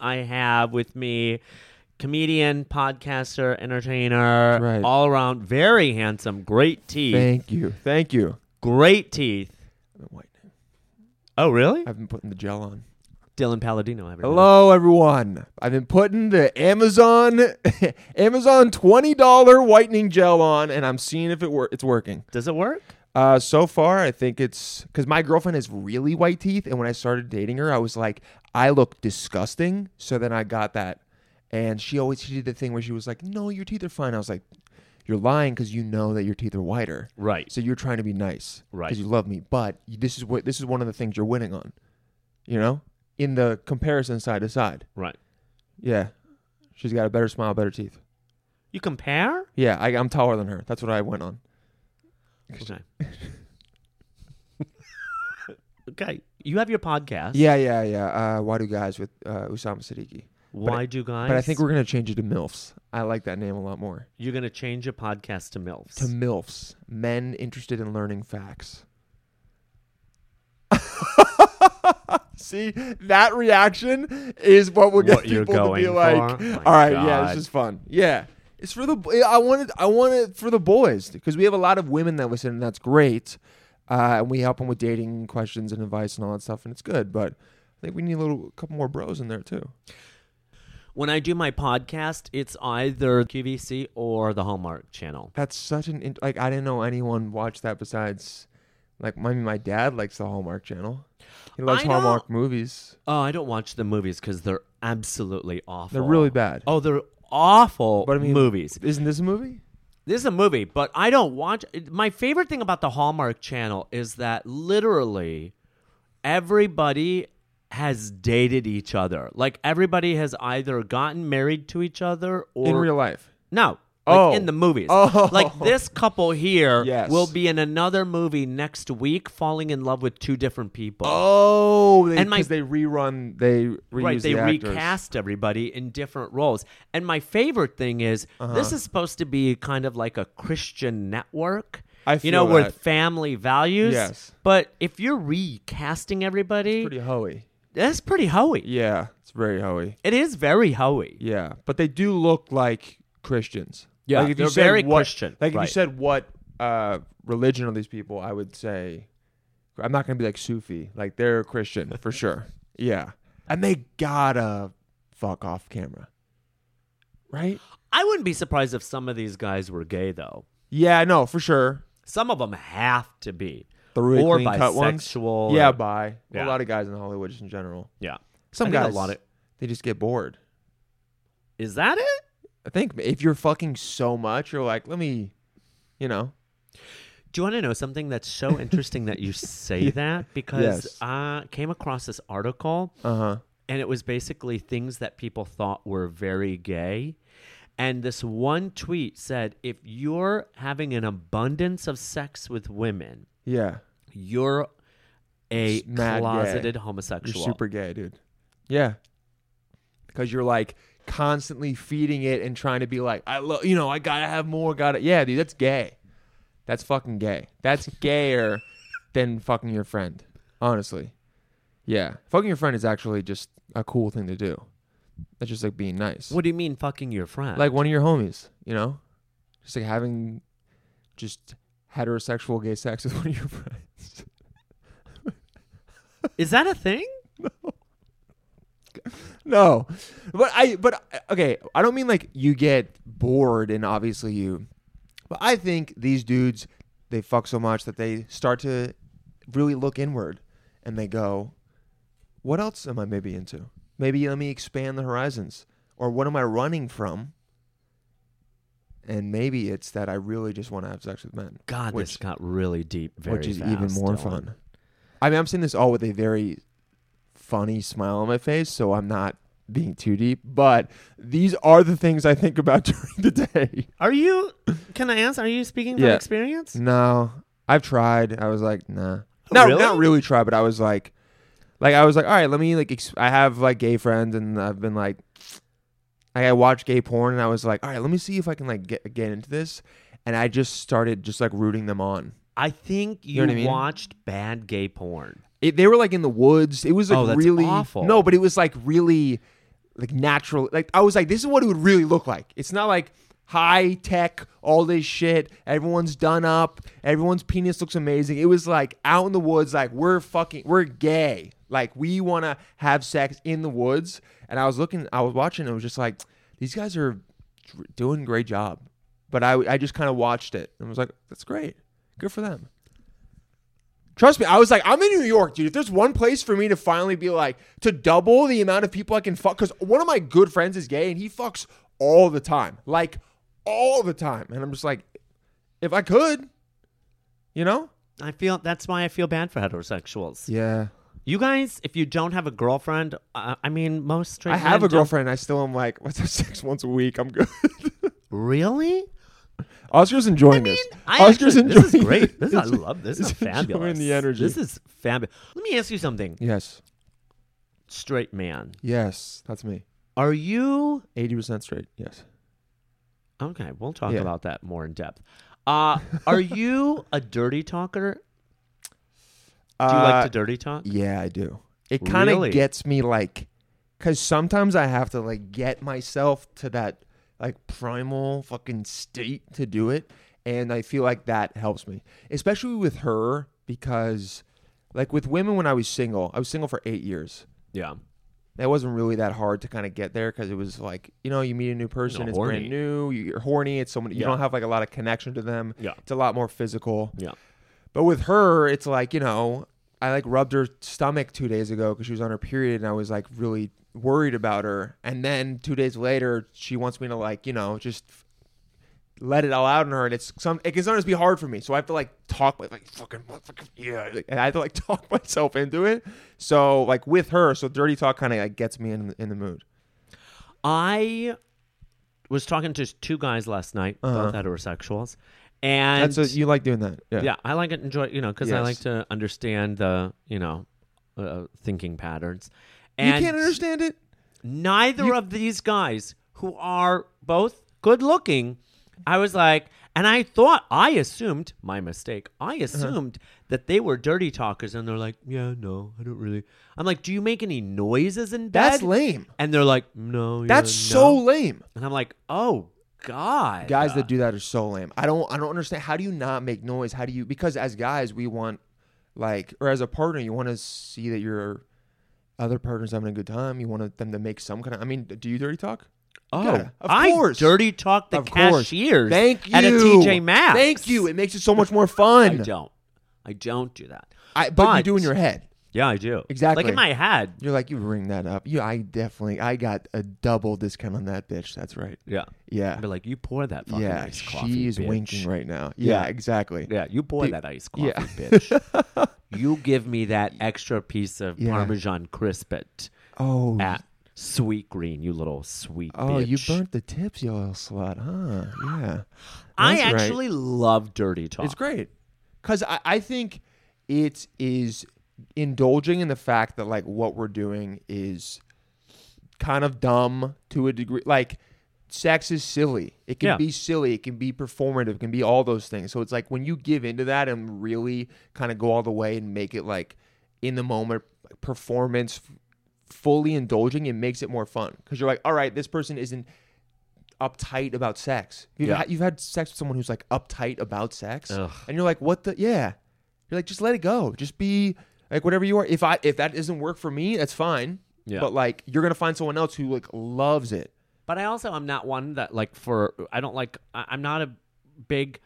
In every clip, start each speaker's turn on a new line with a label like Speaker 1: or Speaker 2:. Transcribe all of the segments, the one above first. Speaker 1: have with me comedian, podcaster, entertainer,
Speaker 2: Right.
Speaker 1: all around very handsome, great teeth,
Speaker 2: Thank you. Thank you.
Speaker 1: great teeth.
Speaker 2: I've been whitening.
Speaker 1: Oh, really?
Speaker 2: I've been putting the gel on.
Speaker 1: Dylan Palladino. Everybody.
Speaker 2: Hello, everyone. I've been putting the Amazon Amazon twenty dollar whitening gel on, and I'm seeing if it wor- it's working.
Speaker 1: Does it work?
Speaker 2: Uh, so far, I think it's because my girlfriend has really white teeth, and when I started dating her, I was like, I look disgusting. So then I got that, and she always she did the thing where she was like, No, your teeth are fine. I was like, You're lying because you know that your teeth are whiter.
Speaker 1: Right.
Speaker 2: So you're trying to be nice,
Speaker 1: Right.
Speaker 2: Because you love me, but you, this is what this is one of the things you're winning on, you know, in the comparison side to side.
Speaker 1: Right.
Speaker 2: Yeah, she's got a better smile, better teeth.
Speaker 1: You compare?
Speaker 2: Yeah, I, I'm taller than her. That's what I went on.
Speaker 1: Okay. okay. You have your podcast.
Speaker 2: Yeah, yeah, yeah. Uh, why do guys with uh, Usama Siddiqui?
Speaker 1: Why do guys?
Speaker 2: But I think we're gonna change it to milfs. I like that name a lot more.
Speaker 1: you're gonna change your podcast to MILFs.
Speaker 2: To milfs, men interested in learning facts. See that reaction is what will get
Speaker 1: What you're
Speaker 2: people to be
Speaker 1: going
Speaker 2: like.
Speaker 1: for? Oh My
Speaker 2: All right, yeah,
Speaker 1: God.
Speaker 2: this is fun. Yeah, it's for the. bo- I want it. I want it for the boys because we have a lot of women that listen, and that's great. Uh, and we help them with dating questions and advice and all that stuff, and it's good. But I think we need a little, couple more bros in there too.
Speaker 1: when I do my podcast, it's either QVC or the Hallmark Channel.
Speaker 2: That's such an int- like I didn't know anyone watched that besides like my my dad likes the Hallmark Channel. He loves
Speaker 1: I know.
Speaker 2: Hallmark movies.
Speaker 1: Oh, I don't watch the movies because they're absolutely awful.
Speaker 2: They're really bad.
Speaker 1: Oh, they're awful
Speaker 2: But I mean-
Speaker 1: movies.
Speaker 2: Isn't this a movie?
Speaker 1: This is a movie, but I don't watch. My favorite thing about the Hallmark Channel is that literally everybody has dated each other. Like everybody has either gotten married to each other or
Speaker 2: In real life.
Speaker 1: no. Like
Speaker 2: Oh.
Speaker 1: in the movies.
Speaker 2: Oh.
Speaker 1: Like this couple here
Speaker 2: Yes.
Speaker 1: will be in another movie next week falling in love with two different people.
Speaker 2: Oh, they,
Speaker 1: And my-
Speaker 2: because they rerun, they reuse
Speaker 1: right they
Speaker 2: the actors.
Speaker 1: recast everybody in different roles and my favorite thing is
Speaker 2: Uh-huh.
Speaker 1: this is supposed to be kind of like a christian network
Speaker 2: I
Speaker 1: you know
Speaker 2: feel
Speaker 1: with
Speaker 2: that.
Speaker 1: family values
Speaker 2: Yes.
Speaker 1: but if you're recasting everybody
Speaker 2: Pretty hoey.
Speaker 1: that's pretty hoey
Speaker 2: Yeah, it's very hoey.
Speaker 1: it is very hoey
Speaker 2: Yeah, but they do look like Christians.
Speaker 1: Yeah,
Speaker 2: like if
Speaker 1: they're
Speaker 2: you said
Speaker 1: very
Speaker 2: what,
Speaker 1: Christian,
Speaker 2: Like if
Speaker 1: right.
Speaker 2: you said what uh, religion are these people, I would say I'm not gonna be like Sufi. Like they're Christian for sure. Yeah, and they gotta fuck off camera, right?
Speaker 1: i wouldn't be surprised if some of these guys were gay though
Speaker 2: Yeah, no, for sure.
Speaker 1: some of them have to be
Speaker 2: The really
Speaker 1: or
Speaker 2: clean cut ones.
Speaker 1: bisexual
Speaker 2: Yeah,
Speaker 1: or-
Speaker 2: by
Speaker 1: Yeah.
Speaker 2: a lot of guys in Hollywood just in general.
Speaker 1: yeah
Speaker 2: Some
Speaker 1: I think
Speaker 2: guys
Speaker 1: a lot of
Speaker 2: they just get bored.
Speaker 1: is that it
Speaker 2: I think if you're fucking so much, you're like, let me, you know,
Speaker 1: Do you want to know something that's so interesting that you say that? Because
Speaker 2: Yes.
Speaker 1: I came across this article
Speaker 2: uh huh.
Speaker 1: and it was basically things that people thought were very gay. And this one tweet said if you're having an abundance of sex with women,
Speaker 2: Yeah.
Speaker 1: you're a
Speaker 2: Just mad gay.
Speaker 1: closeted
Speaker 2: You're
Speaker 1: homosexual.
Speaker 2: super gay, dude. Yeah. Because you're like constantly feeding it and trying to be like, I love, you know, I gotta have more, gotta. Yeah, dude, that's gay. That's fucking gay. That's gayer than fucking your friend, honestly. Yeah. Fucking your friend is actually just a cool thing to do. That's just like being nice.
Speaker 1: what do you mean fucking your friend?
Speaker 2: Like one of your homies, you know? Just like having just heterosexual gay sex with one of your friends.
Speaker 1: is that a thing?
Speaker 2: No, but I but okay. I don't mean like you get bored and obviously you, but I think these dudes they fuck so much that they start to really look inward and they go, what else am I maybe into? Maybe let me expand the horizons or what am I running from? And maybe it's that I really just want to have sex with men,
Speaker 1: God, this
Speaker 2: Which-
Speaker 1: got really deep very
Speaker 2: which is even
Speaker 1: fast,
Speaker 2: more
Speaker 1: Dylan.
Speaker 2: fun. I mean, I'm saying this all with a very funny smile on my face, so I'm not being too deep. But these are the things I think about during the day.
Speaker 1: Are you, can I ask, are you speaking from
Speaker 2: Yeah. Mm.
Speaker 1: experience?
Speaker 2: No, I've tried. I was like, nah, not
Speaker 1: Really?
Speaker 2: not Oh, really try, but I was like, like I was like, all right, let me like. Ex- I have like gay friends, and I've been like, like I watch gay porn, and I was like, all right, let me see if I can like get get into this. And I just started just like rooting them on.
Speaker 1: I think you,
Speaker 2: know what I mean?
Speaker 1: watched bad gay porn.
Speaker 2: It, they were like in the woods. It was like
Speaker 1: Oh, that's
Speaker 2: really
Speaker 1: awful.
Speaker 2: no, but it was like really like natural. Like I was like, this is what it would really look like. It's not like high tech, all this shit. Everyone's done up. Everyone's penis looks amazing. It was like out in the woods. Like we're fucking, we're gay. Like we want to have sex in the woods. And I was looking, I was watching. And it was just like these guys are doing a great job. But I, I just kind of watched it and was like, that's great. Good for them. Trust me, I was like, I'm in New York, dude. If there's one place for me to finally be like, to double the amount of people I can fuck, because one of my good friends is gay and he fucks all the time, like all the time. And I'm just like, if I could, you know?
Speaker 1: I feel that's why I feel bad for heterosexuals.
Speaker 2: Yeah.
Speaker 1: You guys, if you don't have a girlfriend, uh, I mean, most straight.
Speaker 2: I have
Speaker 1: men
Speaker 2: a
Speaker 1: don't-
Speaker 2: girlfriend. I still am like, what's up, sex once a week? I'm good.
Speaker 1: Really?
Speaker 2: Oscar's enjoying this.
Speaker 1: I
Speaker 2: Oscar's
Speaker 1: actually-
Speaker 2: enjoying
Speaker 1: This is great. This is, I
Speaker 2: He's-
Speaker 1: love this.
Speaker 2: he's
Speaker 1: This is fabulous.
Speaker 2: Enjoying the energy.
Speaker 1: This is fabulous. Let me ask you something,
Speaker 2: yes.
Speaker 1: straight man.
Speaker 2: Yes. That's me.
Speaker 1: Are you
Speaker 2: 80% straight. Yes.
Speaker 1: okay? We'll talk
Speaker 2: Yeah.
Speaker 1: about that more in depth. Uh, are you a dirty talker? Do you
Speaker 2: Uh,
Speaker 1: like to dirty talk?
Speaker 2: Yeah, I do. It kind of
Speaker 1: Really?
Speaker 2: gets me like, because sometimes I have to like get myself to that like primal fucking state to do it. And I feel like that helps me, especially with her, because like with women, when I was single, I was single for eight years.
Speaker 1: Yeah.
Speaker 2: That wasn't really that hard to kind of get there because it was like, you know, you meet a new person, it's
Speaker 1: horny.
Speaker 2: brand new, you- you're horny, it's someone, you
Speaker 1: Yeah.
Speaker 2: don't have like a lot of connection to them.
Speaker 1: Yeah.
Speaker 2: It's a lot more physical.
Speaker 1: Yeah.
Speaker 2: But with her, it's like, you know, I like rubbed her stomach two days ago because she was on her period and I was like really worried about her. And then two days later, she wants me to like, you know, just f- let it all out on her. And it's some, it can sometimes be hard for me. So I have to like talk, my- like fucking, motherfucker, yeah. like, and I have to like talk myself into it. So like with her, so dirty talk kind of like gets me in, in the mood.
Speaker 1: I was talking to two guys last night, both heterosexuals, and
Speaker 2: Uh-huh. That's a, you like doing that. Yeah.
Speaker 1: yeah, I like it. Enjoy, you know, because I
Speaker 2: Yes.
Speaker 1: like to understand the, you know, uh, thinking patterns.
Speaker 2: You
Speaker 1: And
Speaker 2: can't understand it?
Speaker 1: neither of these guys who are both good looking i was like and i thought i assumed my mistake i
Speaker 2: Uh-huh.
Speaker 1: assumed that they were dirty talkers and they're like yeah no i don't really i'm like do you make any noises in bed
Speaker 2: That's lame.
Speaker 1: and they're like no yeah,
Speaker 2: That's
Speaker 1: no."
Speaker 2: so lame.
Speaker 1: and i'm like oh god
Speaker 2: guys that do that are so lame. I don't I don't understand how do you not make noise? How do you because as guys we want like or as a partner you want to see that your other partner's having a good time. You want them to make some kind of I mean, do you dirty talk?
Speaker 1: oh
Speaker 2: gotta- of
Speaker 1: I
Speaker 2: course.
Speaker 1: dirty talk the
Speaker 2: of course.
Speaker 1: cashiers
Speaker 2: Thank you.
Speaker 1: at a tj maxx
Speaker 2: Thank you. It makes it so much more
Speaker 1: i
Speaker 2: fun.
Speaker 1: don't i don't do that
Speaker 2: I, but, you
Speaker 1: But-
Speaker 2: do in your head.
Speaker 1: yeah i do
Speaker 2: Exactly.
Speaker 1: like in my head
Speaker 2: You're like you ring that up. You I definitely I got a double discount on that bitch. That's right.
Speaker 1: yeah
Speaker 2: Yeah.
Speaker 1: Be like, you pour that fucking
Speaker 2: Yeah,
Speaker 1: ice coffee.
Speaker 2: she's
Speaker 1: bitch.
Speaker 2: winking right now. Yeah,
Speaker 1: Yeah.
Speaker 2: exactly.
Speaker 1: Yeah, you pour that ice coffee,
Speaker 2: yeah.
Speaker 1: bitch. You give me that extra piece of
Speaker 2: Yeah.
Speaker 1: Parmesan crispet
Speaker 2: Oh,
Speaker 1: at sweet green, you little sweet
Speaker 2: Oh, you
Speaker 1: bitch.
Speaker 2: burnt the tips, you little slut, huh? Yeah.
Speaker 1: I
Speaker 2: That's right.
Speaker 1: actually love dirty talk.
Speaker 2: It's great. Because I, I think it is indulging in the fact that, like, what we're doing is kind of dumb to a degree. Like, sex is silly. It can
Speaker 1: Yeah.
Speaker 2: be silly. It can be performative. It can be all those things. So it's like when you give into that and really kind of go all the way and make it, like, in the moment like, performance fully indulging, it makes it more fun because you're like, all right, this person isn't uptight about sex. You've,
Speaker 1: Yeah.
Speaker 2: had, you've had sex with someone who's like uptight about sex,
Speaker 1: Ugh.
Speaker 2: and you're like, what the? Yeah, you're like, just let it go. Just be like whatever you are. If I if that doesn't work for me, that's fine.
Speaker 1: Yeah.
Speaker 2: But like, you're gonna find someone else who like loves it.
Speaker 1: But I also am not one that like for I don't like I- I'm not a big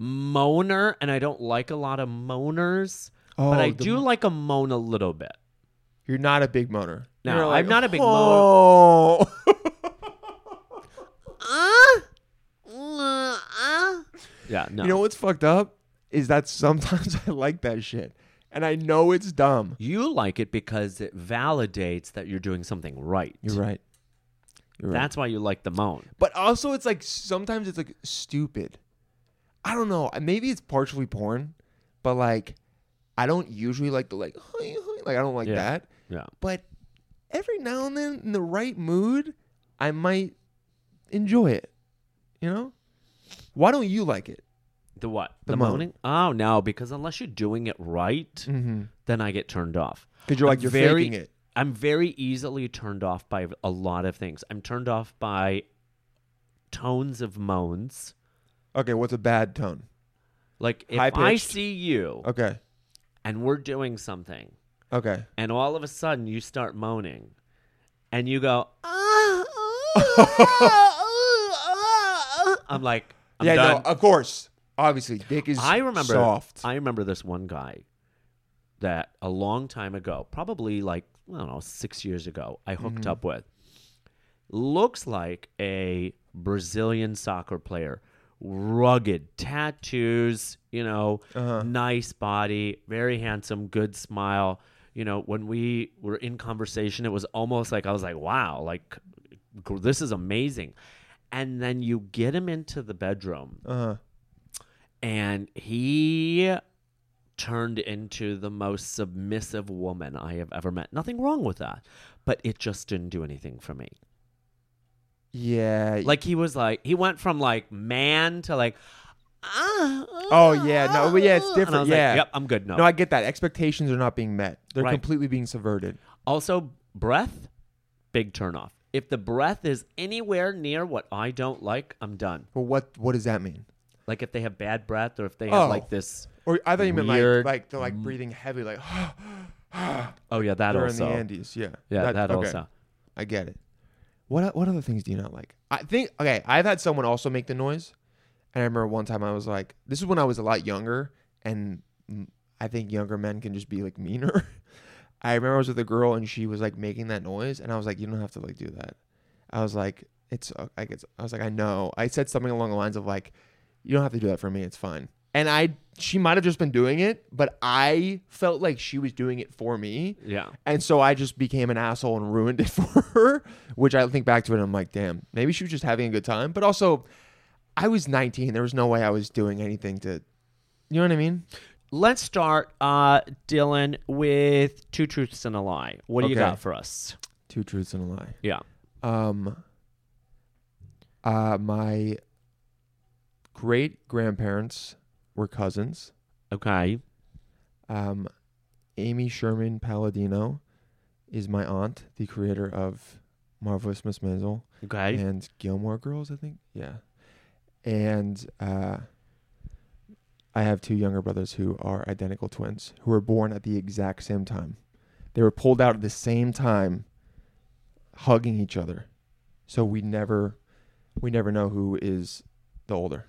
Speaker 1: moaner and I don't like a lot of moaners. but
Speaker 2: Oh,
Speaker 1: I
Speaker 2: the
Speaker 1: do like a moan a little bit.
Speaker 2: You're not a big moaner.
Speaker 1: No,
Speaker 2: You're
Speaker 1: I'm not a big
Speaker 2: oh.
Speaker 1: Yeah, no.
Speaker 2: You know what's fucked up is that sometimes I like that shit, and I know it's dumb.
Speaker 1: You like it because it validates that you're doing something right.
Speaker 2: You're right. You're right.
Speaker 1: That's why you like the moan.
Speaker 2: But also, it's like sometimes it's like stupid. I don't know. Maybe it's partially porn, but like I don't usually like the like like I don't like
Speaker 1: Yeah.
Speaker 2: that.
Speaker 1: Yeah.
Speaker 2: But every now and then, in the right mood, I might enjoy it. You know? Why don't you like it?
Speaker 1: The what?
Speaker 2: The moan.
Speaker 1: moaning? Oh no, because unless you're doing it right,
Speaker 2: Mm-hmm.
Speaker 1: then I get turned off.
Speaker 2: Because you're
Speaker 1: I'm
Speaker 2: like you're
Speaker 1: very-
Speaker 2: faking it.
Speaker 1: I'm very easily turned off by a lot of things. I'm turned off by tones of moans.
Speaker 2: Okay, what's a bad tone?
Speaker 1: Like if I
Speaker 2: High-pitched.
Speaker 1: see you
Speaker 2: Okay.
Speaker 1: and we're doing something
Speaker 2: Okay.
Speaker 1: and all of a sudden you start moaning and you go I'm like I'm
Speaker 2: yeah,
Speaker 1: done.
Speaker 2: no, of course. Obviously, dick is
Speaker 1: I remember
Speaker 2: soft.
Speaker 1: I remember this one guy that a long time ago, probably like I don't know, six years ago, I hooked
Speaker 2: Mm-hmm.
Speaker 1: up with. Looks like a Brazilian soccer player, rugged tattoos, you know,
Speaker 2: Uh-huh.
Speaker 1: nice body, very handsome, good smile. You know, when we were in conversation, it was almost like I was like, "Wow, like gr- this is amazing." And then you get him into the bedroom,
Speaker 2: uh-huh.
Speaker 1: and he turned into the most submissive woman I have ever met. Nothing wrong with that, but it just didn't do anything for me.
Speaker 2: Yeah.
Speaker 1: Like he was like he went from like man to like ah,
Speaker 2: Oh, yeah, no, but yeah, it's
Speaker 1: ah, and I
Speaker 2: different,
Speaker 1: was like,
Speaker 2: yeah.
Speaker 1: yep, I'm good now.
Speaker 2: no, I get that. Expectations are not being met. They're
Speaker 1: Right.
Speaker 2: completely being subverted.
Speaker 1: also, breath, big turnoff. If the breath is anywhere near what I don't like, I'm done.
Speaker 2: But what what does that mean?
Speaker 1: Like if they have bad breath or if they have
Speaker 2: Oh.
Speaker 1: like this.
Speaker 2: Or I thought you meant like
Speaker 1: Weird.
Speaker 2: like they're like breathing heavy, like
Speaker 1: Oh yeah, that
Speaker 2: during
Speaker 1: also.
Speaker 2: the Andes. Yeah.
Speaker 1: Yeah, that,
Speaker 2: okay.
Speaker 1: also.
Speaker 2: I get it. What what other things do you not like? I think okay, I've had someone also make the noise, and I remember one time I was like, this is when I was a lot younger, and mm, I think younger men can just be like meaner. I remember I was with a girl and she was like making that noise, and I was like, you don't have to like do that. I was like, it's uh, like it's. I was like, I know. I said something along the lines of like, you don't have to do that for me. It's fine. And I, she might have just been doing it, but I felt like she was doing it for me.
Speaker 1: Yeah.
Speaker 2: And so I just became an asshole and ruined it for her, which I think back to it and I'm like, damn, maybe she was just having a good time. But also, I was 19. There was no way I was doing anything to, you know what I mean?
Speaker 1: Let's start, uh, Dylan, with two truths and a lie. What do you
Speaker 2: Okay.
Speaker 1: got for us?
Speaker 2: Two truths and a lie.
Speaker 1: Yeah.
Speaker 2: Um, uh, my great grandparents were cousins.
Speaker 1: Okay.
Speaker 2: Um, Amy Sherman Palladino is my aunt, the creator of Marvelous Miss Maisel.
Speaker 1: Okay.
Speaker 2: and Gilmore Girls, I think. Yeah. And uh, I have two younger brothers who are identical twins who were born at the exact same time. They were pulled out at the same time, hugging each other. So we never, we never know who is the older.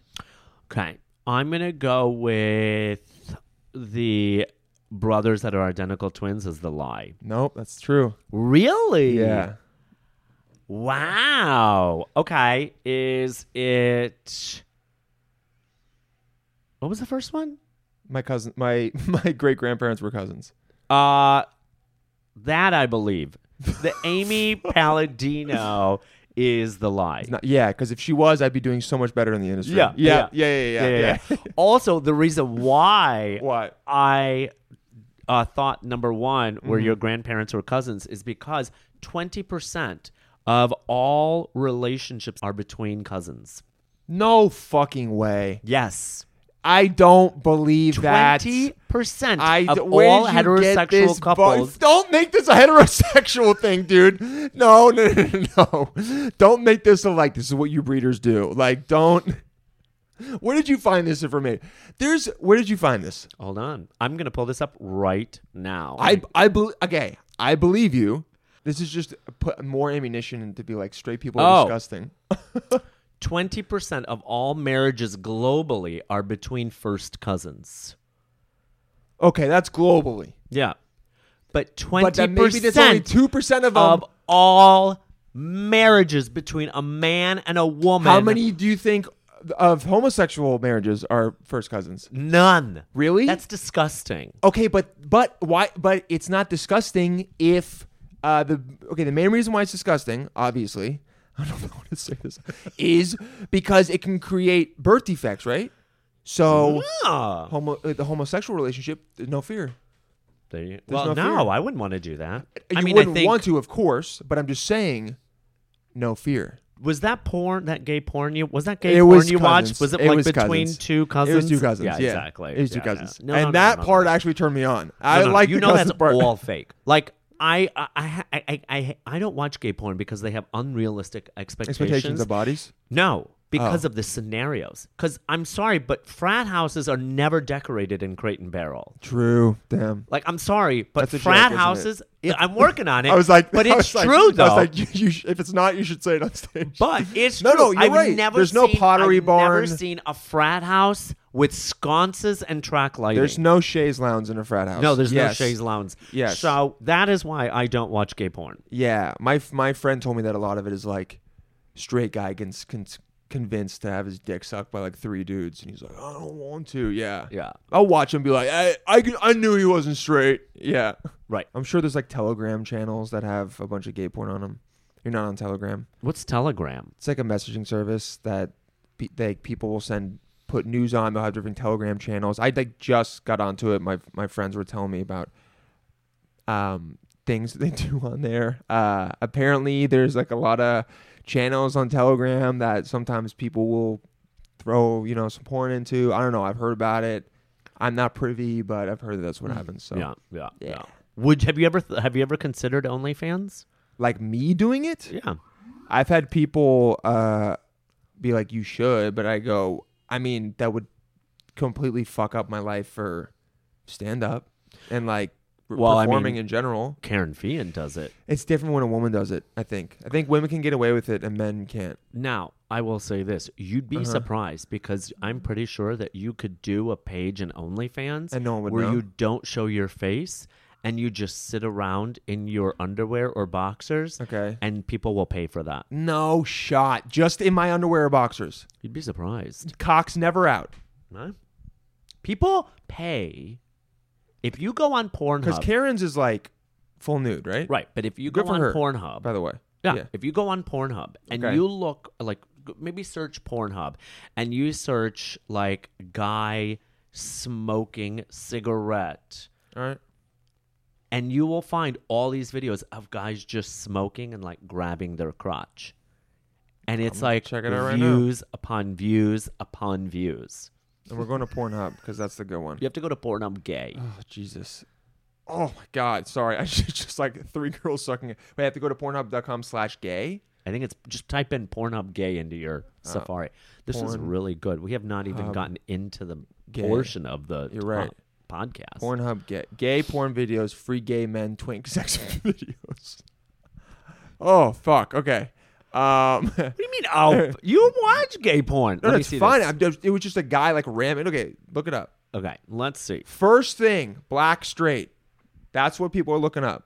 Speaker 1: Okay. I'm gonna go with the brothers that are identical twins as the lie.
Speaker 2: Nope, that's true.
Speaker 1: Really?
Speaker 2: Yeah.
Speaker 1: Wow. Okay. Is it? What was the first one?
Speaker 2: My cousin, my my great grandparents were cousins.
Speaker 1: Uh that I believe. The Amy Palladino is the lie.
Speaker 2: Not, yeah, because if she was, I'd be doing so much better in the industry.
Speaker 1: Yeah,
Speaker 2: yeah, yeah, yeah, yeah. yeah,
Speaker 1: also, the reason why
Speaker 2: Why?
Speaker 1: I uh, thought number one, where
Speaker 2: Mm-hmm.
Speaker 1: your grandparents were cousins, is because 20% of all relationships are between cousins.
Speaker 2: No fucking way.
Speaker 1: Yes.
Speaker 2: I don't believe that.
Speaker 1: 20%
Speaker 2: I
Speaker 1: of
Speaker 2: where
Speaker 1: all
Speaker 2: did you get
Speaker 1: heterosexual
Speaker 2: this bu-
Speaker 1: couples.
Speaker 2: don't make this a heterosexual thing, dude. No, no, no, no, no. Don't make this a like. This is what you breeders do. Like, don't. Where did you find this information? There's. Where did you find this?
Speaker 1: Hold on. I'm going to pull this up right now.
Speaker 2: I I believe. Okay, I believe you. This is just put more ammunition to be like straight people are
Speaker 1: Oh.
Speaker 2: disgusting.
Speaker 1: 20% of all marriages globally are between first cousins.
Speaker 2: Okay, that's globally.
Speaker 1: Yeah. But 20%
Speaker 2: But then maybe there's only two percent of them.
Speaker 1: of all marriages between a man and a woman.
Speaker 2: How many do you think of homosexual marriages are first cousins?
Speaker 1: None.
Speaker 2: Really?
Speaker 1: That's disgusting.
Speaker 2: okay, but but why? But it's not disgusting if uh, the okay. The main reason why it's disgusting, obviously, I don't know how to say this, is because it can create birth defects, right? So
Speaker 1: Ah.
Speaker 2: homo, uh, the homosexual relationship, there's no fear.
Speaker 1: There you- well,
Speaker 2: no
Speaker 1: no,
Speaker 2: fear.
Speaker 1: I wouldn't want to do that.
Speaker 2: You
Speaker 1: I mean, I
Speaker 2: wouldn't
Speaker 1: think
Speaker 2: want to, of course, but I'm just saying, no fear.
Speaker 1: was that porn, that gay porn you was that gay
Speaker 2: it
Speaker 1: porn
Speaker 2: was
Speaker 1: you
Speaker 2: cousins.
Speaker 1: watched? Was it,
Speaker 2: It
Speaker 1: like
Speaker 2: was
Speaker 1: between
Speaker 2: cousins.
Speaker 1: two cousins?
Speaker 2: It was two cousins.
Speaker 1: Yeah,
Speaker 2: Yeah,
Speaker 1: exactly.
Speaker 2: It was two
Speaker 1: Yeah,
Speaker 2: cousins,
Speaker 1: no. No,
Speaker 2: and
Speaker 1: no, no,
Speaker 2: that
Speaker 1: no, no.
Speaker 2: part actually turned me on. I
Speaker 1: No, no,
Speaker 2: like
Speaker 1: you
Speaker 2: the
Speaker 1: know that's
Speaker 2: cousin part.
Speaker 1: all fake. Like I I, I I I I don't watch gay porn because they have unrealistic expectations.
Speaker 2: Expectations of bodies.
Speaker 1: no, because
Speaker 2: Oh.
Speaker 1: of the scenarios. Because I'm sorry, but frat houses are never decorated in Crate and Barrel.
Speaker 2: True. Damn.
Speaker 1: Like I'm sorry, but
Speaker 2: That's a
Speaker 1: frat
Speaker 2: joke, isn't it?
Speaker 1: houses. yeah, I'm working on it.
Speaker 2: I was like,
Speaker 1: but
Speaker 2: I
Speaker 1: it's
Speaker 2: was like-
Speaker 1: true though.
Speaker 2: I was like, you, you sh- if it's not, you should say it on stage.
Speaker 1: But it's
Speaker 2: No,
Speaker 1: true.
Speaker 2: no, you're
Speaker 1: I've
Speaker 2: right.
Speaker 1: Never
Speaker 2: There's no
Speaker 1: seen-
Speaker 2: pottery
Speaker 1: I've
Speaker 2: barn.
Speaker 1: Never seen a frat house with sconces and track lighting.
Speaker 2: There's no chaise lounge in a frat house.
Speaker 1: No, there's
Speaker 2: Yes.
Speaker 1: no chaise lounge.
Speaker 2: Yes.
Speaker 1: So that is why I don't watch gay porn.
Speaker 2: Yeah, my f- my friend told me that a lot of it is like straight guy gets con- convinced to have his dick sucked by like three dudes, and he's like, I don't want to. Yeah,
Speaker 1: Yeah.
Speaker 2: I'll watch him be like, I I, can- I knew he wasn't straight. Yeah,
Speaker 1: Right.
Speaker 2: I'm sure there's like Telegram channels that have a bunch of gay porn on them. You're not on Telegram.
Speaker 1: What's Telegram?
Speaker 2: It's like a messaging service that pe- they people will send put news on. They'll have different Telegram channels. I like just got onto it. My my friends were telling me about um things they do on there. Uh apparently there's like a lot of channels on Telegram that sometimes people will throw, you know, some porn into. I don't know, I've heard about it. I'm not privy, but I've heard that that's what happens. So
Speaker 1: yeah, yeah, yeah,
Speaker 2: Yeah.
Speaker 1: Would have you ever th- have you ever considered OnlyFans?
Speaker 2: like me doing it?
Speaker 1: Yeah.
Speaker 2: I've had people uh, be like, "You should," but I go, "I mean, that would completely fuck up my life for stand up and like re-
Speaker 1: Well, I
Speaker 2: performing
Speaker 1: mean-
Speaker 2: in general."
Speaker 1: Karen Fian does it.
Speaker 2: It's different when a woman does it. I think. I think women can get away with it and men can't.
Speaker 1: Now, I will say this. You'd be
Speaker 2: Uh-huh.
Speaker 1: surprised because I'm pretty sure that you could do a page in OnlyFans
Speaker 2: And no one would
Speaker 1: where
Speaker 2: know.
Speaker 1: you don't show your face and you just sit around in your underwear or boxers
Speaker 2: Okay.
Speaker 1: and people will pay for that.
Speaker 2: No shot. Just in my underwear or boxers.
Speaker 1: You'd be surprised.
Speaker 2: Cock's never out.
Speaker 1: Huh? People pay if you go on
Speaker 2: Because
Speaker 1: Pornhub.
Speaker 2: Karen's is like full nude, right?
Speaker 1: right, but if you
Speaker 2: Good
Speaker 1: go
Speaker 2: for
Speaker 1: on
Speaker 2: her.
Speaker 1: Pornhub,
Speaker 2: By the way.
Speaker 1: Yeah. If you go on Pornhub and
Speaker 2: Okay.
Speaker 1: you look like g- maybe search Pornhub and you search like guy smoking cigarette
Speaker 2: All right.
Speaker 1: and you will find all these videos of guys just smoking and like grabbing their crotch. And it's like
Speaker 2: checking it out right now.
Speaker 1: views upon views upon views.
Speaker 2: And we're going to Pornhub because that's the good one.
Speaker 1: You have to go to Pornhub gay.
Speaker 2: Oh Jesus. Oh my God. Sorry. I should just like three girls sucking it. Wait, I have to go to pornhub.com slash gay.
Speaker 1: I think it's just type in Pornhub gay into your Safari. This is
Speaker 2: Uh, Porn-
Speaker 1: really good. We have not even
Speaker 2: hub
Speaker 1: gotten into the
Speaker 2: gay.
Speaker 1: portion of the
Speaker 2: You're right.
Speaker 1: po- podcast.
Speaker 2: Pornhub gay. Gay porn videos, free gay men twink sex videos. Oh fuck. Okay. Um
Speaker 1: What do you mean? Oh, you watch gay porn?
Speaker 2: No,
Speaker 1: Let me
Speaker 2: it's
Speaker 1: see
Speaker 2: fine.
Speaker 1: this.
Speaker 2: I'm just, it was just a guy like ramming. Okay, look it up.
Speaker 1: Okay, let's see.
Speaker 2: First thing, black straight. That's what people are looking up.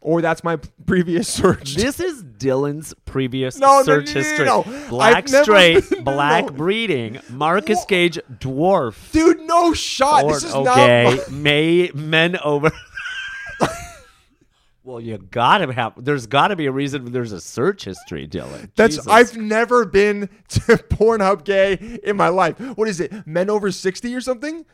Speaker 2: Or that's my p- previous search.
Speaker 1: This is Dylan's previous
Speaker 2: No, no,
Speaker 1: search
Speaker 2: no, no,
Speaker 1: history:
Speaker 2: no, no.
Speaker 1: black
Speaker 2: I've never
Speaker 1: straight,
Speaker 2: been-
Speaker 1: black
Speaker 2: no.
Speaker 1: breeding, Marcus
Speaker 2: Wha-
Speaker 1: Gage dwarf,
Speaker 2: Dude, no shot.
Speaker 1: porn,
Speaker 2: this is not
Speaker 1: okay,
Speaker 2: my-
Speaker 1: may men over. well, you gotta have. There's gotta be a reason. There's a search history, Dylan.
Speaker 2: That's
Speaker 1: Jesus.
Speaker 2: I've never been to Pornhub gay in my life. What is it? Men over 60 or something?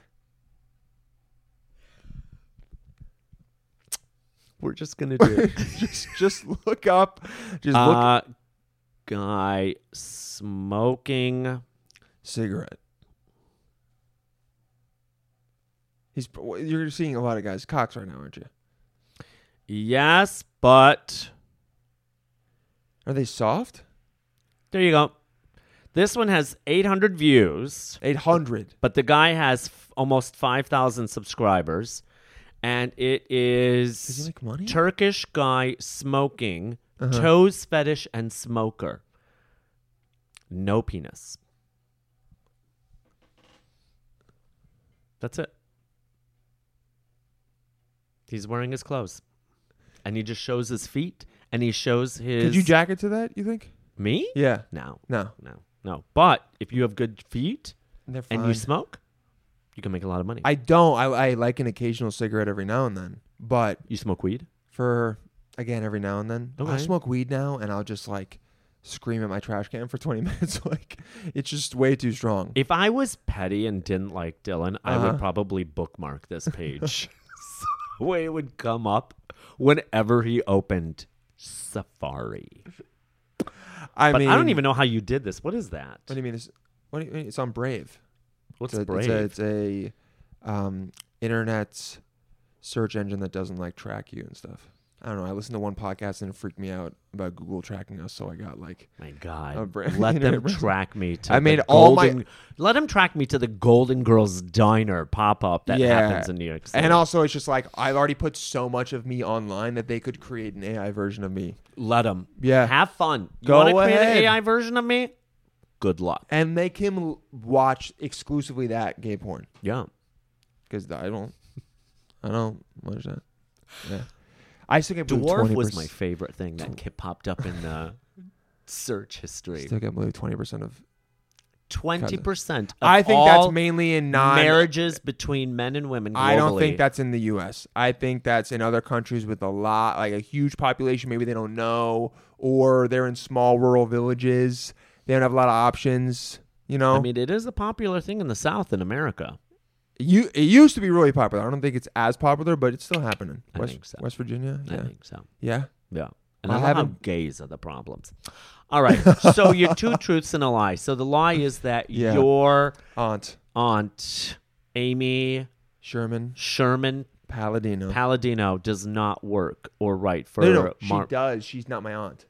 Speaker 1: We're just gonna do.
Speaker 2: just just look up. Just look
Speaker 1: uh, guy smoking.
Speaker 2: cigarette. He's you're seeing a lot of guys cocks right now, aren't you?
Speaker 1: Yes, but.
Speaker 2: Are they soft?
Speaker 1: There you go. This one has 800 views,
Speaker 2: 800.
Speaker 1: but the guy has f- almost 5,000 subscribers. And it is
Speaker 2: Does he Uh-huh. make money?
Speaker 1: Turkish guy smoking, toes fetish, and smoker. No penis. That's it. He's wearing his clothes. And he just shows his feet and he shows his.
Speaker 2: Could you jack it to that, you think?
Speaker 1: Me?
Speaker 2: Yeah.
Speaker 1: No.
Speaker 2: No.
Speaker 1: No, no. But if you have good feet
Speaker 2: They're
Speaker 1: and
Speaker 2: fine.
Speaker 1: you smoke, you can make a lot of money.
Speaker 2: I don't. I, I like an occasional cigarette every now and then. But
Speaker 1: you smoke weed?
Speaker 2: for again every now and then. I
Speaker 1: Okay.
Speaker 2: smoke weed now, and I'll just like scream at my trash can for 20 minutes. like it's just way too strong.
Speaker 1: If I was petty and didn't like Dylan, I
Speaker 2: Uh-huh.
Speaker 1: would probably bookmark this page. the way it would come up whenever he opened Safari.
Speaker 2: I
Speaker 1: But
Speaker 2: mean,
Speaker 1: I don't even know how you did this. What is that?
Speaker 2: What do you mean? It's, what do you mean? It's on Brave.
Speaker 1: What's
Speaker 2: it's a,
Speaker 1: brave?
Speaker 2: It's a, it's a um, internet search engine that doesn't like track you and stuff. I don't know. I listened to one podcast and it freaked me out about Google tracking us, so I got like
Speaker 1: My
Speaker 2: A
Speaker 1: God,
Speaker 2: brand-
Speaker 1: let them
Speaker 2: brand-
Speaker 1: track me to.
Speaker 2: I
Speaker 1: the
Speaker 2: made all my-
Speaker 1: golden, Let them track me to the Golden Girls diner pop up that happens in New York City.
Speaker 2: And also, it's just like I've already put so much of me online that they could create an AI version of me,
Speaker 1: let them.
Speaker 2: Yeah.
Speaker 1: have fun. You
Speaker 2: Go
Speaker 1: want to create
Speaker 2: ahead.
Speaker 1: an AI version of me? Good luck.
Speaker 2: and make him l- watch exclusively that gay porn
Speaker 1: Yeah.
Speaker 2: because I don't, I don't watch that. Yeah, I still get believe
Speaker 1: Dwarf
Speaker 2: 20%,
Speaker 1: was my favorite thing that ki- popped up in the search history.
Speaker 2: still can't believe twenty percent of.
Speaker 1: Twenty percent.
Speaker 2: I think that's mainly in non.
Speaker 1: marriages between men and women. Globally.
Speaker 2: I don't think that's in the U.S. I think that's in other countries with a lot, like a huge population. Maybe they don't know, or they're in small rural villages. They don't have a lot of options. You know,
Speaker 1: I mean, it is a popular thing in the South in America.
Speaker 2: You it used to be really popular. I don't think it's as popular, but it's still happening.
Speaker 1: I
Speaker 2: West,
Speaker 1: think so.
Speaker 2: West Virginia,
Speaker 1: I
Speaker 2: yeah,
Speaker 1: think so.
Speaker 2: yeah.
Speaker 1: Yeah. And I,
Speaker 2: I
Speaker 1: love how
Speaker 2: haven't-
Speaker 1: gays are the problems. All right. So your two truths and a lie. So the lie is that
Speaker 2: Yeah.
Speaker 1: your
Speaker 2: Aunt
Speaker 1: aunt, Amy
Speaker 2: Sherman
Speaker 1: Sherman
Speaker 2: Palladino.
Speaker 1: Palladino, does not work or write for
Speaker 2: no, no, no,
Speaker 1: Mar-
Speaker 2: she does. She's not my aunt.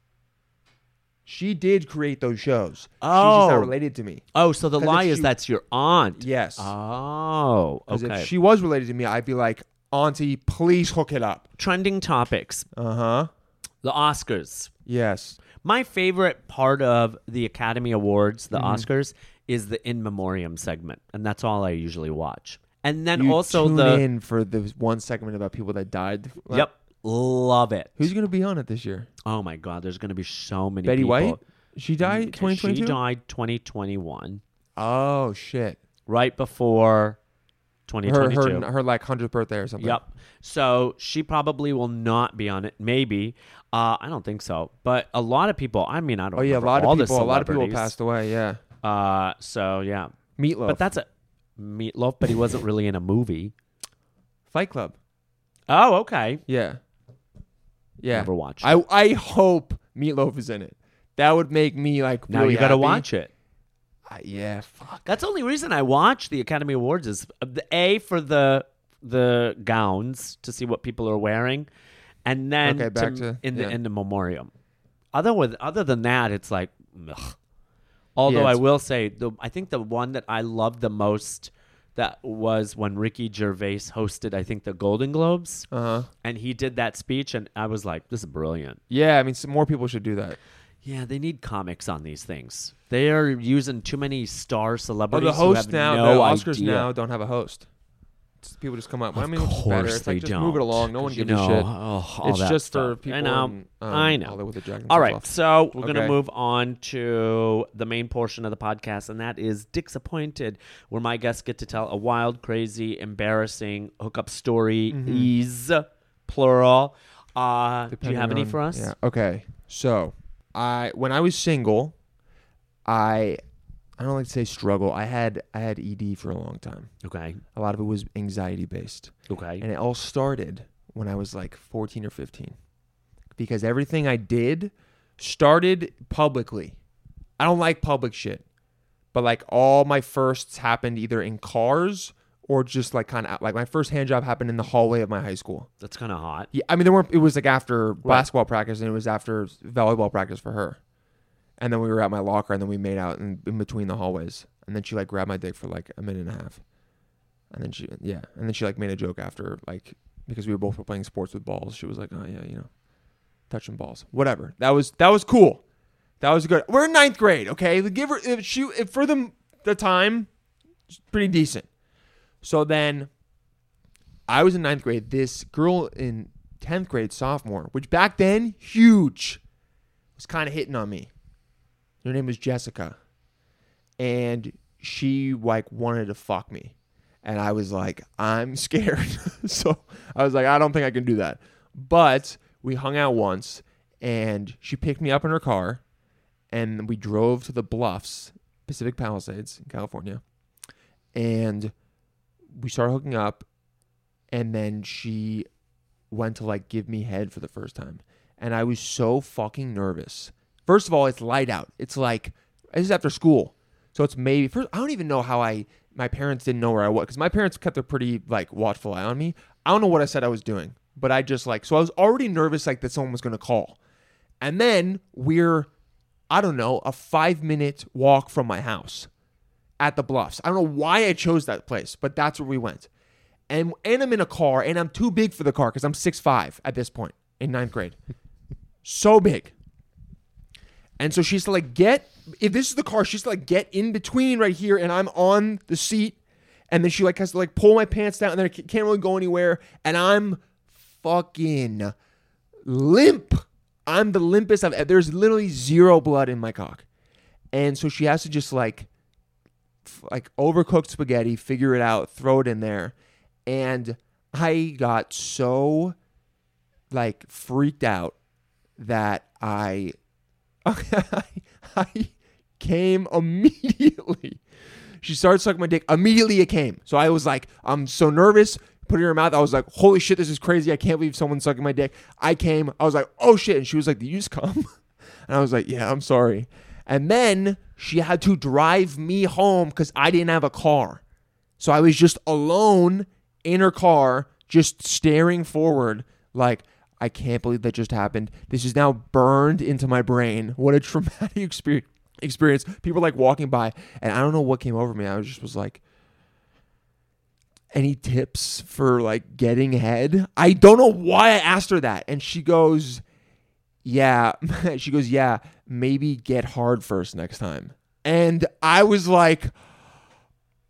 Speaker 2: She did create those shows. she's just
Speaker 1: Oh.
Speaker 2: not related to me.
Speaker 1: Oh, so the
Speaker 2: 'Cause if
Speaker 1: lie is
Speaker 2: she-
Speaker 1: that's your aunt.
Speaker 2: Yes, Uh,
Speaker 1: Oh,
Speaker 2: 'Cause
Speaker 1: okay.
Speaker 2: if she was related to me, I'd be like, Auntie, please hook it up.
Speaker 1: Trending topics.
Speaker 2: Uh huh.
Speaker 1: The Oscars.
Speaker 2: Yes.
Speaker 1: My favorite part of the Academy Awards,
Speaker 2: Mm-hmm.
Speaker 1: the Oscars, is the in memoriam segment, and that's all I usually watch. And then
Speaker 2: You
Speaker 1: also
Speaker 2: tune
Speaker 1: the
Speaker 2: in for the one segment about people that died.
Speaker 1: yep, love it.
Speaker 2: Who's gonna be on it this year?
Speaker 1: oh my god, there's gonna be so many
Speaker 2: Betty
Speaker 1: people.
Speaker 2: White. She died.
Speaker 1: 'Cause
Speaker 2: Twenty
Speaker 1: She
Speaker 2: twenty two.
Speaker 1: died 2021,
Speaker 2: Oh shit.
Speaker 1: right before
Speaker 2: her
Speaker 1: 2022.
Speaker 2: her, her like hundredth birthday or something.
Speaker 1: Yep. So she probably will not be on it. Maybe. Uh, I don't think so. But a lot of people. I mean, I don't.
Speaker 2: Oh yeah, a
Speaker 1: remember
Speaker 2: lot
Speaker 1: all
Speaker 2: of
Speaker 1: the
Speaker 2: people. A lot of people
Speaker 1: celebrities.
Speaker 2: passed away. Yeah.
Speaker 1: Uh, so yeah,
Speaker 2: Meatloaf.
Speaker 1: but that's a meatloaf. But he wasn't really in a movie.
Speaker 2: Fight Club.
Speaker 1: Oh, okay.
Speaker 2: Yeah. Yeah.
Speaker 1: Never watched
Speaker 2: I I hope Meatloaf is in it. That would make me like.
Speaker 1: Now
Speaker 2: really
Speaker 1: you got to
Speaker 2: happy.
Speaker 1: watch it.
Speaker 2: I- yeah. Fuck.
Speaker 1: That's the only reason I watch the Academy Awards is uh, the a for the the gowns to see what people are wearing, and then
Speaker 2: Okay, back to-
Speaker 1: in the
Speaker 2: yeah.
Speaker 1: in the memoriam. Other with other than that, it's like, ugh. although I
Speaker 2: it's-
Speaker 1: will say, the, I think the one that I loved the most that was when Ricky Gervais hosted, I think the Golden Globes,
Speaker 2: Uh huh.
Speaker 1: and he did that speech, and I was like, this is brilliant.
Speaker 2: Yeah. I mean, some more people should do that.
Speaker 1: Yeah, they need comics on these things. They are using too many star
Speaker 2: But
Speaker 1: celebrities.
Speaker 2: the
Speaker 1: who have
Speaker 2: host now,
Speaker 1: no
Speaker 2: the Oscars
Speaker 1: idea.
Speaker 2: now don't have a host. It's- People just come up.
Speaker 1: Of
Speaker 2: I mean, which is better.
Speaker 1: course
Speaker 2: It's like,
Speaker 1: they
Speaker 2: just
Speaker 1: don't.
Speaker 2: Move it along. No one
Speaker 1: 'cause you
Speaker 2: gives a shit.
Speaker 1: know, oh, all
Speaker 2: it's
Speaker 1: that
Speaker 2: just for
Speaker 1: stuff.
Speaker 2: people.
Speaker 1: I know.
Speaker 2: in, um,
Speaker 1: I know.
Speaker 2: Hollywood that jack
Speaker 1: All
Speaker 2: themselves
Speaker 1: right,
Speaker 2: off.
Speaker 1: so we're gonna
Speaker 2: Okay.
Speaker 1: move on to the main portion of the podcast, and that is Dick's Appointed, where my guests get to tell a wild, crazy, embarrassing hookup story.
Speaker 2: Mm-hmm.
Speaker 1: Is plural. Uh, do you have any
Speaker 2: depending
Speaker 1: for
Speaker 2: on-
Speaker 1: us?
Speaker 2: Yeah. Okay. So, I when I was single, I I don't like to say struggle. I had I had ED for a long time.
Speaker 1: Okay.
Speaker 2: A lot of it was anxiety based,
Speaker 1: Okay.
Speaker 2: and it all started when I was like 14 or 15, because everything I did started publicly. I don't like public shit, but like all my firsts happened either in cars or just like kind of like my first hand job happened in the hallway of my high school.
Speaker 1: That's kind of hot.
Speaker 2: Yeah, I mean, there weren't. It was like after basketball practice, and it was after volleyball practice for her. And then we were at my locker, and then we made out in, in between the hallways. And then she like grabbed my dick for like a minute and a half. And then she, yeah, and then she like made a joke after like because we were both playing sports with balls. She was like, oh yeah, you know, touching balls, whatever. That was that was cool. That was good. We're in ninth grade, okay. Give her if she if for the the time, it's pretty decent. So then I was in ninth grade. This girl in 10th grade, sophomore, which back then, huge, was kind of hitting on me. Her name was Jessica. And she, like, wanted to fuck me. And I was like, I'm scared. so I was like, I don't think I can do that. But we hung out once, and she picked me up in her car, and we drove to the Bluffs, Pacific Palisades, in California. And we started hooking up, and then she went to like give me head for the first time and i was so fucking nervous first of all it's light out it's like this is after school so it's maybe first i don't even know how i my parents didn't know where i was because my parents kept a pretty like watchful eye on me i don't know what i said i was doing but I just like so I was already nervous like that someone was gonna call, and then we're I don't know a five minute walk from my house at the Bluffs. I don't know why I chose that place, but that's where we went. And and I'm in a car, and I'm too big for the car because I'm six five at this point in ninth grade, so big. And so she's like, get if this is the car, she's like, get in between right here, and I'm on the seat, and then she like has to like pull my pants down, and then I ca- can't really go anywhere, and I'm fucking limp. I'm the limpest I've. e, There's literally zero blood in my cock, and so she has to just like f- like overcooked spaghetti, figure it out, throw it in there. And I got so like freaked out that I I, came immediately. She started sucking my dick. Immediately it came. So I was like, I'm so nervous. Put it in her mouth. I was like, holy shit, this is crazy. I can't believe someone's sucking my dick. I came. I was like, oh shit. And she was like, Did you just come? And I was like, yeah, I'm sorry. And then she had to drive me home because I didn't have a car. So I was just alone in her car, just staring forward, like, I can't believe that just happened. This is now burned into my brain. What a traumatic exper- experience. People like walking by, and I don't know what came over me. I was just was like, any tips for like getting head? I don't know why I asked her that. And she goes, yeah she goes yeah maybe get hard first next time and i was like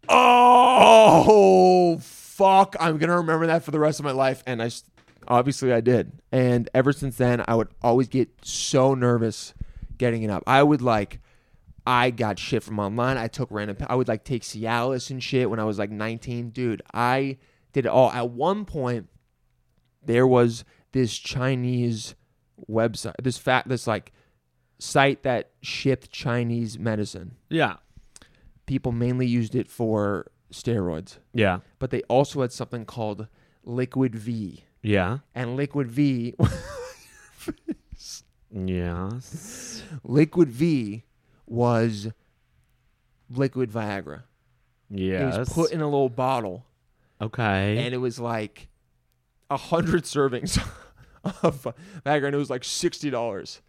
Speaker 2: oh fuck i'm gonna remember that for the rest of my life and i s- obviously i did and ever since then i would always get so nervous getting it up i would like i got shit from online i took random i would like take cialis and shit when i was like 19 dude i did it all at one point there was this Chinese website, this fat, this like site that shipped Chinese medicine.
Speaker 1: Yeah.
Speaker 2: People mainly used it for steroids,
Speaker 1: Yeah.
Speaker 2: but they also had something called Liquid V,
Speaker 1: Yeah.
Speaker 2: and Liquid V,
Speaker 1: Yes.
Speaker 2: Liquid V was liquid Viagra.
Speaker 1: Yes.
Speaker 2: It was put in a little bottle,
Speaker 1: okay.
Speaker 2: and it was like a hundred servings of Viagra, and it was like sixty dollars.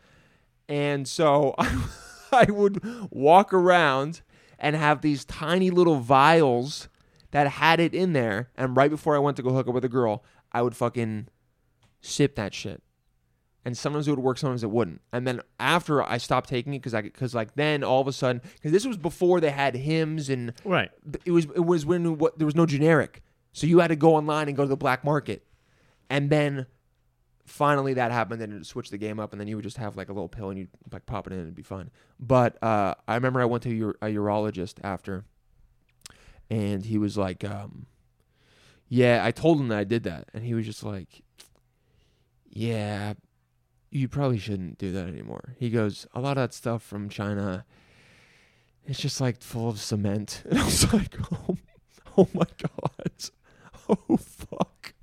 Speaker 2: And so I, I would walk around and have these tiny little vials that had it in there. And right before I went to go hook up with a girl, I would fucking sip that shit. And sometimes it would work, sometimes it wouldn't. And then after I stopped taking it, because I, because like then all of a sudden, because this was before they had hymns and
Speaker 1: right.
Speaker 2: it was it was when what, there was no generic, so you had to go online and go to the black market, and then finally that happened, and it switched the game up, and then you would just have like a little pill and you would like pop it in and it'd be fun. But uh, I remember I went to ur- a urologist after, and he was like, um, "Yeah, I told him that I did that," and he was just like, "Yeah." You probably shouldn't do that anymore. He goes, a lot of that stuff from China, it's just like full of cement. And I was like, oh, oh my God. Oh fuck.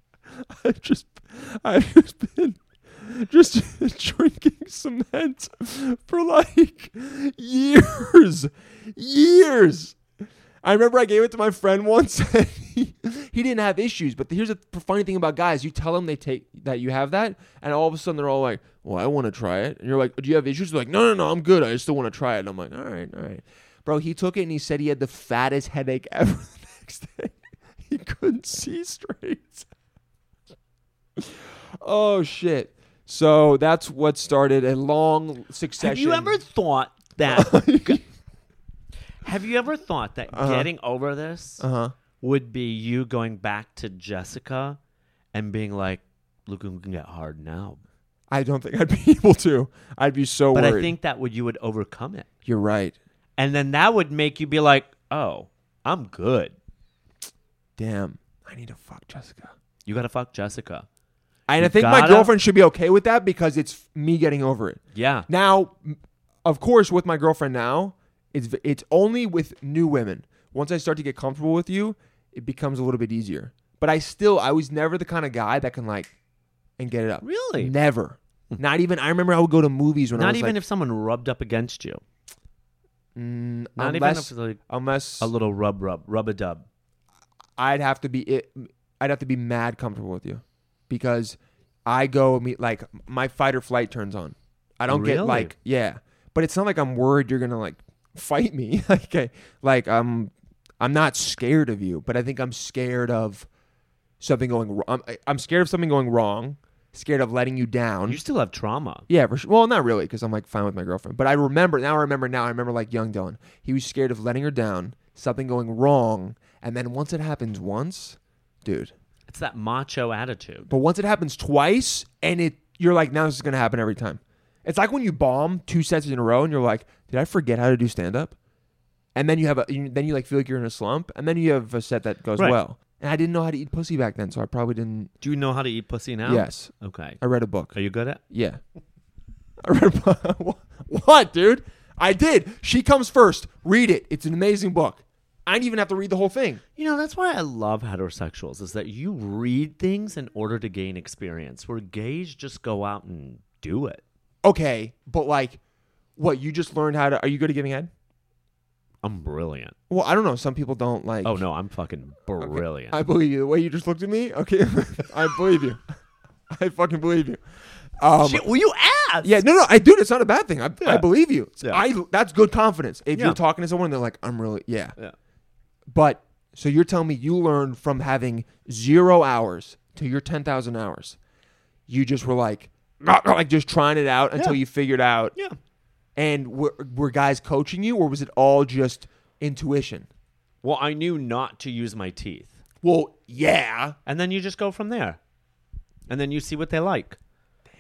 Speaker 2: I've just I've just been just drinking cement for like years. Years. I remember I gave it to my friend once. and he, he didn't have issues, but here's the funny thing about guys: you tell them they take that you have that, and all of a sudden they're all like, "Well, I want to try it," and you're like, "Do you have issues?" They're like, "No, no, no, I'm good. I just still want to try it." And I'm like, "All right, all right, bro." He took it and he said he had the fattest headache ever. The next day, he couldn't see straight. oh shit! So that's what started a long succession.
Speaker 1: Have you ever thought that? have you ever thought that
Speaker 2: Uh-huh.
Speaker 1: getting over this
Speaker 2: Uh huh.
Speaker 1: would be you going back to Jessica and being like, "Look, we can get hard now."
Speaker 2: I don't think I'd be able to. I'd be so
Speaker 1: But
Speaker 2: worried.
Speaker 1: I think that would you would overcome it,
Speaker 2: you're right.
Speaker 1: and then that would make you be like, "Oh, I'm good."
Speaker 2: Damn, I need to fuck Jessica.
Speaker 1: You gotta fuck Jessica.
Speaker 2: And
Speaker 1: You
Speaker 2: I think my
Speaker 1: gotta-
Speaker 2: girlfriend should be okay with that because it's me getting over it.
Speaker 1: Yeah.
Speaker 2: Now, m- of course, with my girlfriend now, it's v- it's only with new women. Once I start to get comfortable with you, it becomes a little bit easier. But I still, I was never the kind of guy that can like and get it up.
Speaker 1: Really? Hmm.
Speaker 2: Never. Not even. I remember I would go to movies when I
Speaker 1: Not
Speaker 2: was
Speaker 1: even
Speaker 2: like,
Speaker 1: if someone rubbed up against you.
Speaker 2: mm,
Speaker 1: Not
Speaker 2: unless,
Speaker 1: even if like
Speaker 2: unless
Speaker 1: a little rub, rub, rub a dub.
Speaker 2: I'd have to be it. I'd have to be mad comfortable with you, because I go and meet like my fight or flight turns on. I don't get
Speaker 1: Really?
Speaker 2: like yeah, but it's not like I'm worried you're gonna like fight me. like I, like I'm I'm not scared of you, but I think I'm scared of something going wrong. I'm, I'm scared of something going wrong. Scared of letting you down.
Speaker 1: You still have trauma.
Speaker 2: Yeah, for sure. Well, not really, because I'm like fine with my girlfriend. But I remember now. I remember now. I remember like young Dylan. He was scared of letting her down, something going wrong, and then once it happens once, dude.
Speaker 1: It's that macho attitude.
Speaker 2: But once it happens twice, and it you're like, now this is gonna happen every time. It's like when you bomb two sets in a row, and you're like, did I forget how to do stand up? And then you have a you, then you like feel like you're in a slump, and then you have a set that goes
Speaker 1: Right.
Speaker 2: well. And I didn't know how to eat pussy back then, so I probably didn't.
Speaker 1: Do you know how to eat pussy now?
Speaker 2: Yes,
Speaker 1: Okay.
Speaker 2: I read a book.
Speaker 1: Are you good at?
Speaker 2: Yeah. I read a book. what, dude? I did. She comes first. Read it. It's an amazing book. I didn't even have to read the whole thing.
Speaker 1: You know, that's why I love heterosexuals is that you read things in order to gain experience. Where gays just go out and do it.
Speaker 2: Okay, but like, what you just learned how to? Are you good at giving head?
Speaker 1: I'm brilliant.
Speaker 2: Well, I don't know. Some people don't like.
Speaker 1: Oh no, I'm fucking brilliant.
Speaker 2: I believe you. The way you just looked at me. Okay, I believe you. I fucking believe you. Um,
Speaker 1: Shit, will you ask?
Speaker 2: yeah, no, no, I dude, it's not a bad thing. I, I
Speaker 1: Yeah.
Speaker 2: believe you.
Speaker 1: Yeah.
Speaker 2: I that's good confidence. If
Speaker 1: Yeah.
Speaker 2: you're talking to someone, and they're like, I'm really, yeah,
Speaker 1: Yeah.
Speaker 2: But so you're telling me you learned from having zero hours to your ten thousand hours. You just were like, like just trying it out until
Speaker 1: Yeah.
Speaker 2: you figured out.
Speaker 1: Yeah.
Speaker 2: And were, were guys coaching you, or was it all just intuition?
Speaker 1: Well, I knew not to use my teeth.
Speaker 2: Well, yeah.
Speaker 1: And then you just go from there. And then you see what they like.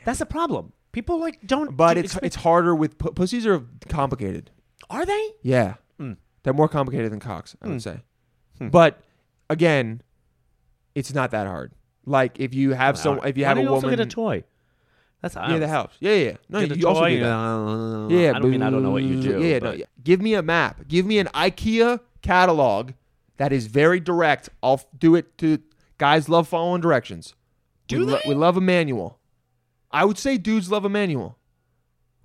Speaker 1: That's a problem. People like don't
Speaker 2: But
Speaker 1: do-
Speaker 2: it's it's harder with p- pussies are complicated.
Speaker 1: are they?
Speaker 2: Yeah,
Speaker 1: Hmm.
Speaker 2: they're more complicated than cocks, I would say. But again, it's not that hard. Like if you have some, if you
Speaker 1: Why
Speaker 2: have
Speaker 1: do
Speaker 2: a
Speaker 1: you also
Speaker 2: woman,
Speaker 1: get a toy. That's how I
Speaker 2: yeah, that
Speaker 1: always
Speaker 2: helps. Yeah, yeah. yeah. No,
Speaker 1: get a
Speaker 2: you also
Speaker 1: toy,
Speaker 2: do that.
Speaker 1: uh,
Speaker 2: Yeah,
Speaker 1: I don't mean I don't know what you
Speaker 2: but-
Speaker 1: do.
Speaker 2: Yeah,
Speaker 1: but-
Speaker 2: no, yeah. give me a map. Give me an IKEA catalog that is very direct. I'll f- do it to guys. Love following directions.
Speaker 1: Do
Speaker 2: we, lo-
Speaker 1: they?
Speaker 2: we love a manual. I would say dudes love a manual.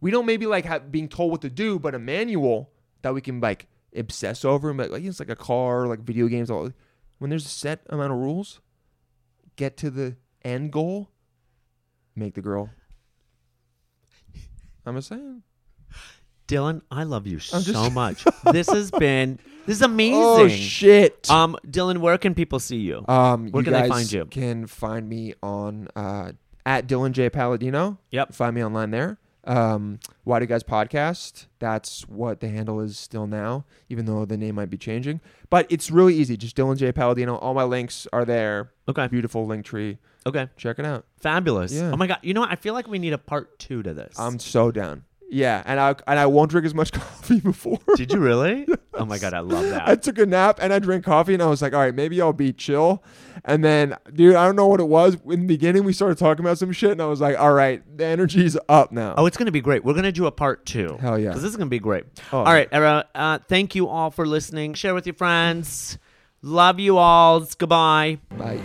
Speaker 2: We don't maybe like have, being told what to do, but a manual that we can like obsess over and like, like it's like a car, like video games. All when there's a set amount of rules, get to the end goal. Make the girl. I'm just saying.
Speaker 1: Dylan, I love you so
Speaker 2: I'm just-
Speaker 1: much. This has been this is amazing.
Speaker 2: Oh shit.
Speaker 1: Um, Dylan, where can people see you?
Speaker 2: Um,
Speaker 1: Where
Speaker 2: you
Speaker 1: can they
Speaker 2: guys
Speaker 1: find you?
Speaker 2: Can find me on uh, at Dylan J Palladino.
Speaker 1: Yep.
Speaker 2: Find me online there. Um, Why Do Guys Podcast. That's what the handle is still now, even though the name might be changing. But it's really easy. Just Dylan J Palladino. All my links are there.
Speaker 1: Okay.
Speaker 2: Beautiful link tree.
Speaker 1: Okay.
Speaker 2: Check it out.
Speaker 1: Fabulous.
Speaker 2: Yeah. Um,
Speaker 1: Oh my god. You know what? I feel like we need a part two to this.
Speaker 2: I'm so down. Yeah, and I and I won't drink as much coffee before.
Speaker 1: Did you really? Oh my god, I love that.
Speaker 2: I took a nap and I drank coffee and I was like, all right, maybe I'll be chill. And then, dude, I don't know what it was. In the beginning, we started talking about some shit and I was like, all right, the energy's up now.
Speaker 1: Oh, it's going to be great. We're going to do a part two.
Speaker 2: Hell yeah.
Speaker 1: Because this is going to be great.
Speaker 2: Oh,
Speaker 1: all right, Era. Uh, thank you all for listening. Share with your friends. Love you all. Goodbye.
Speaker 2: Bye.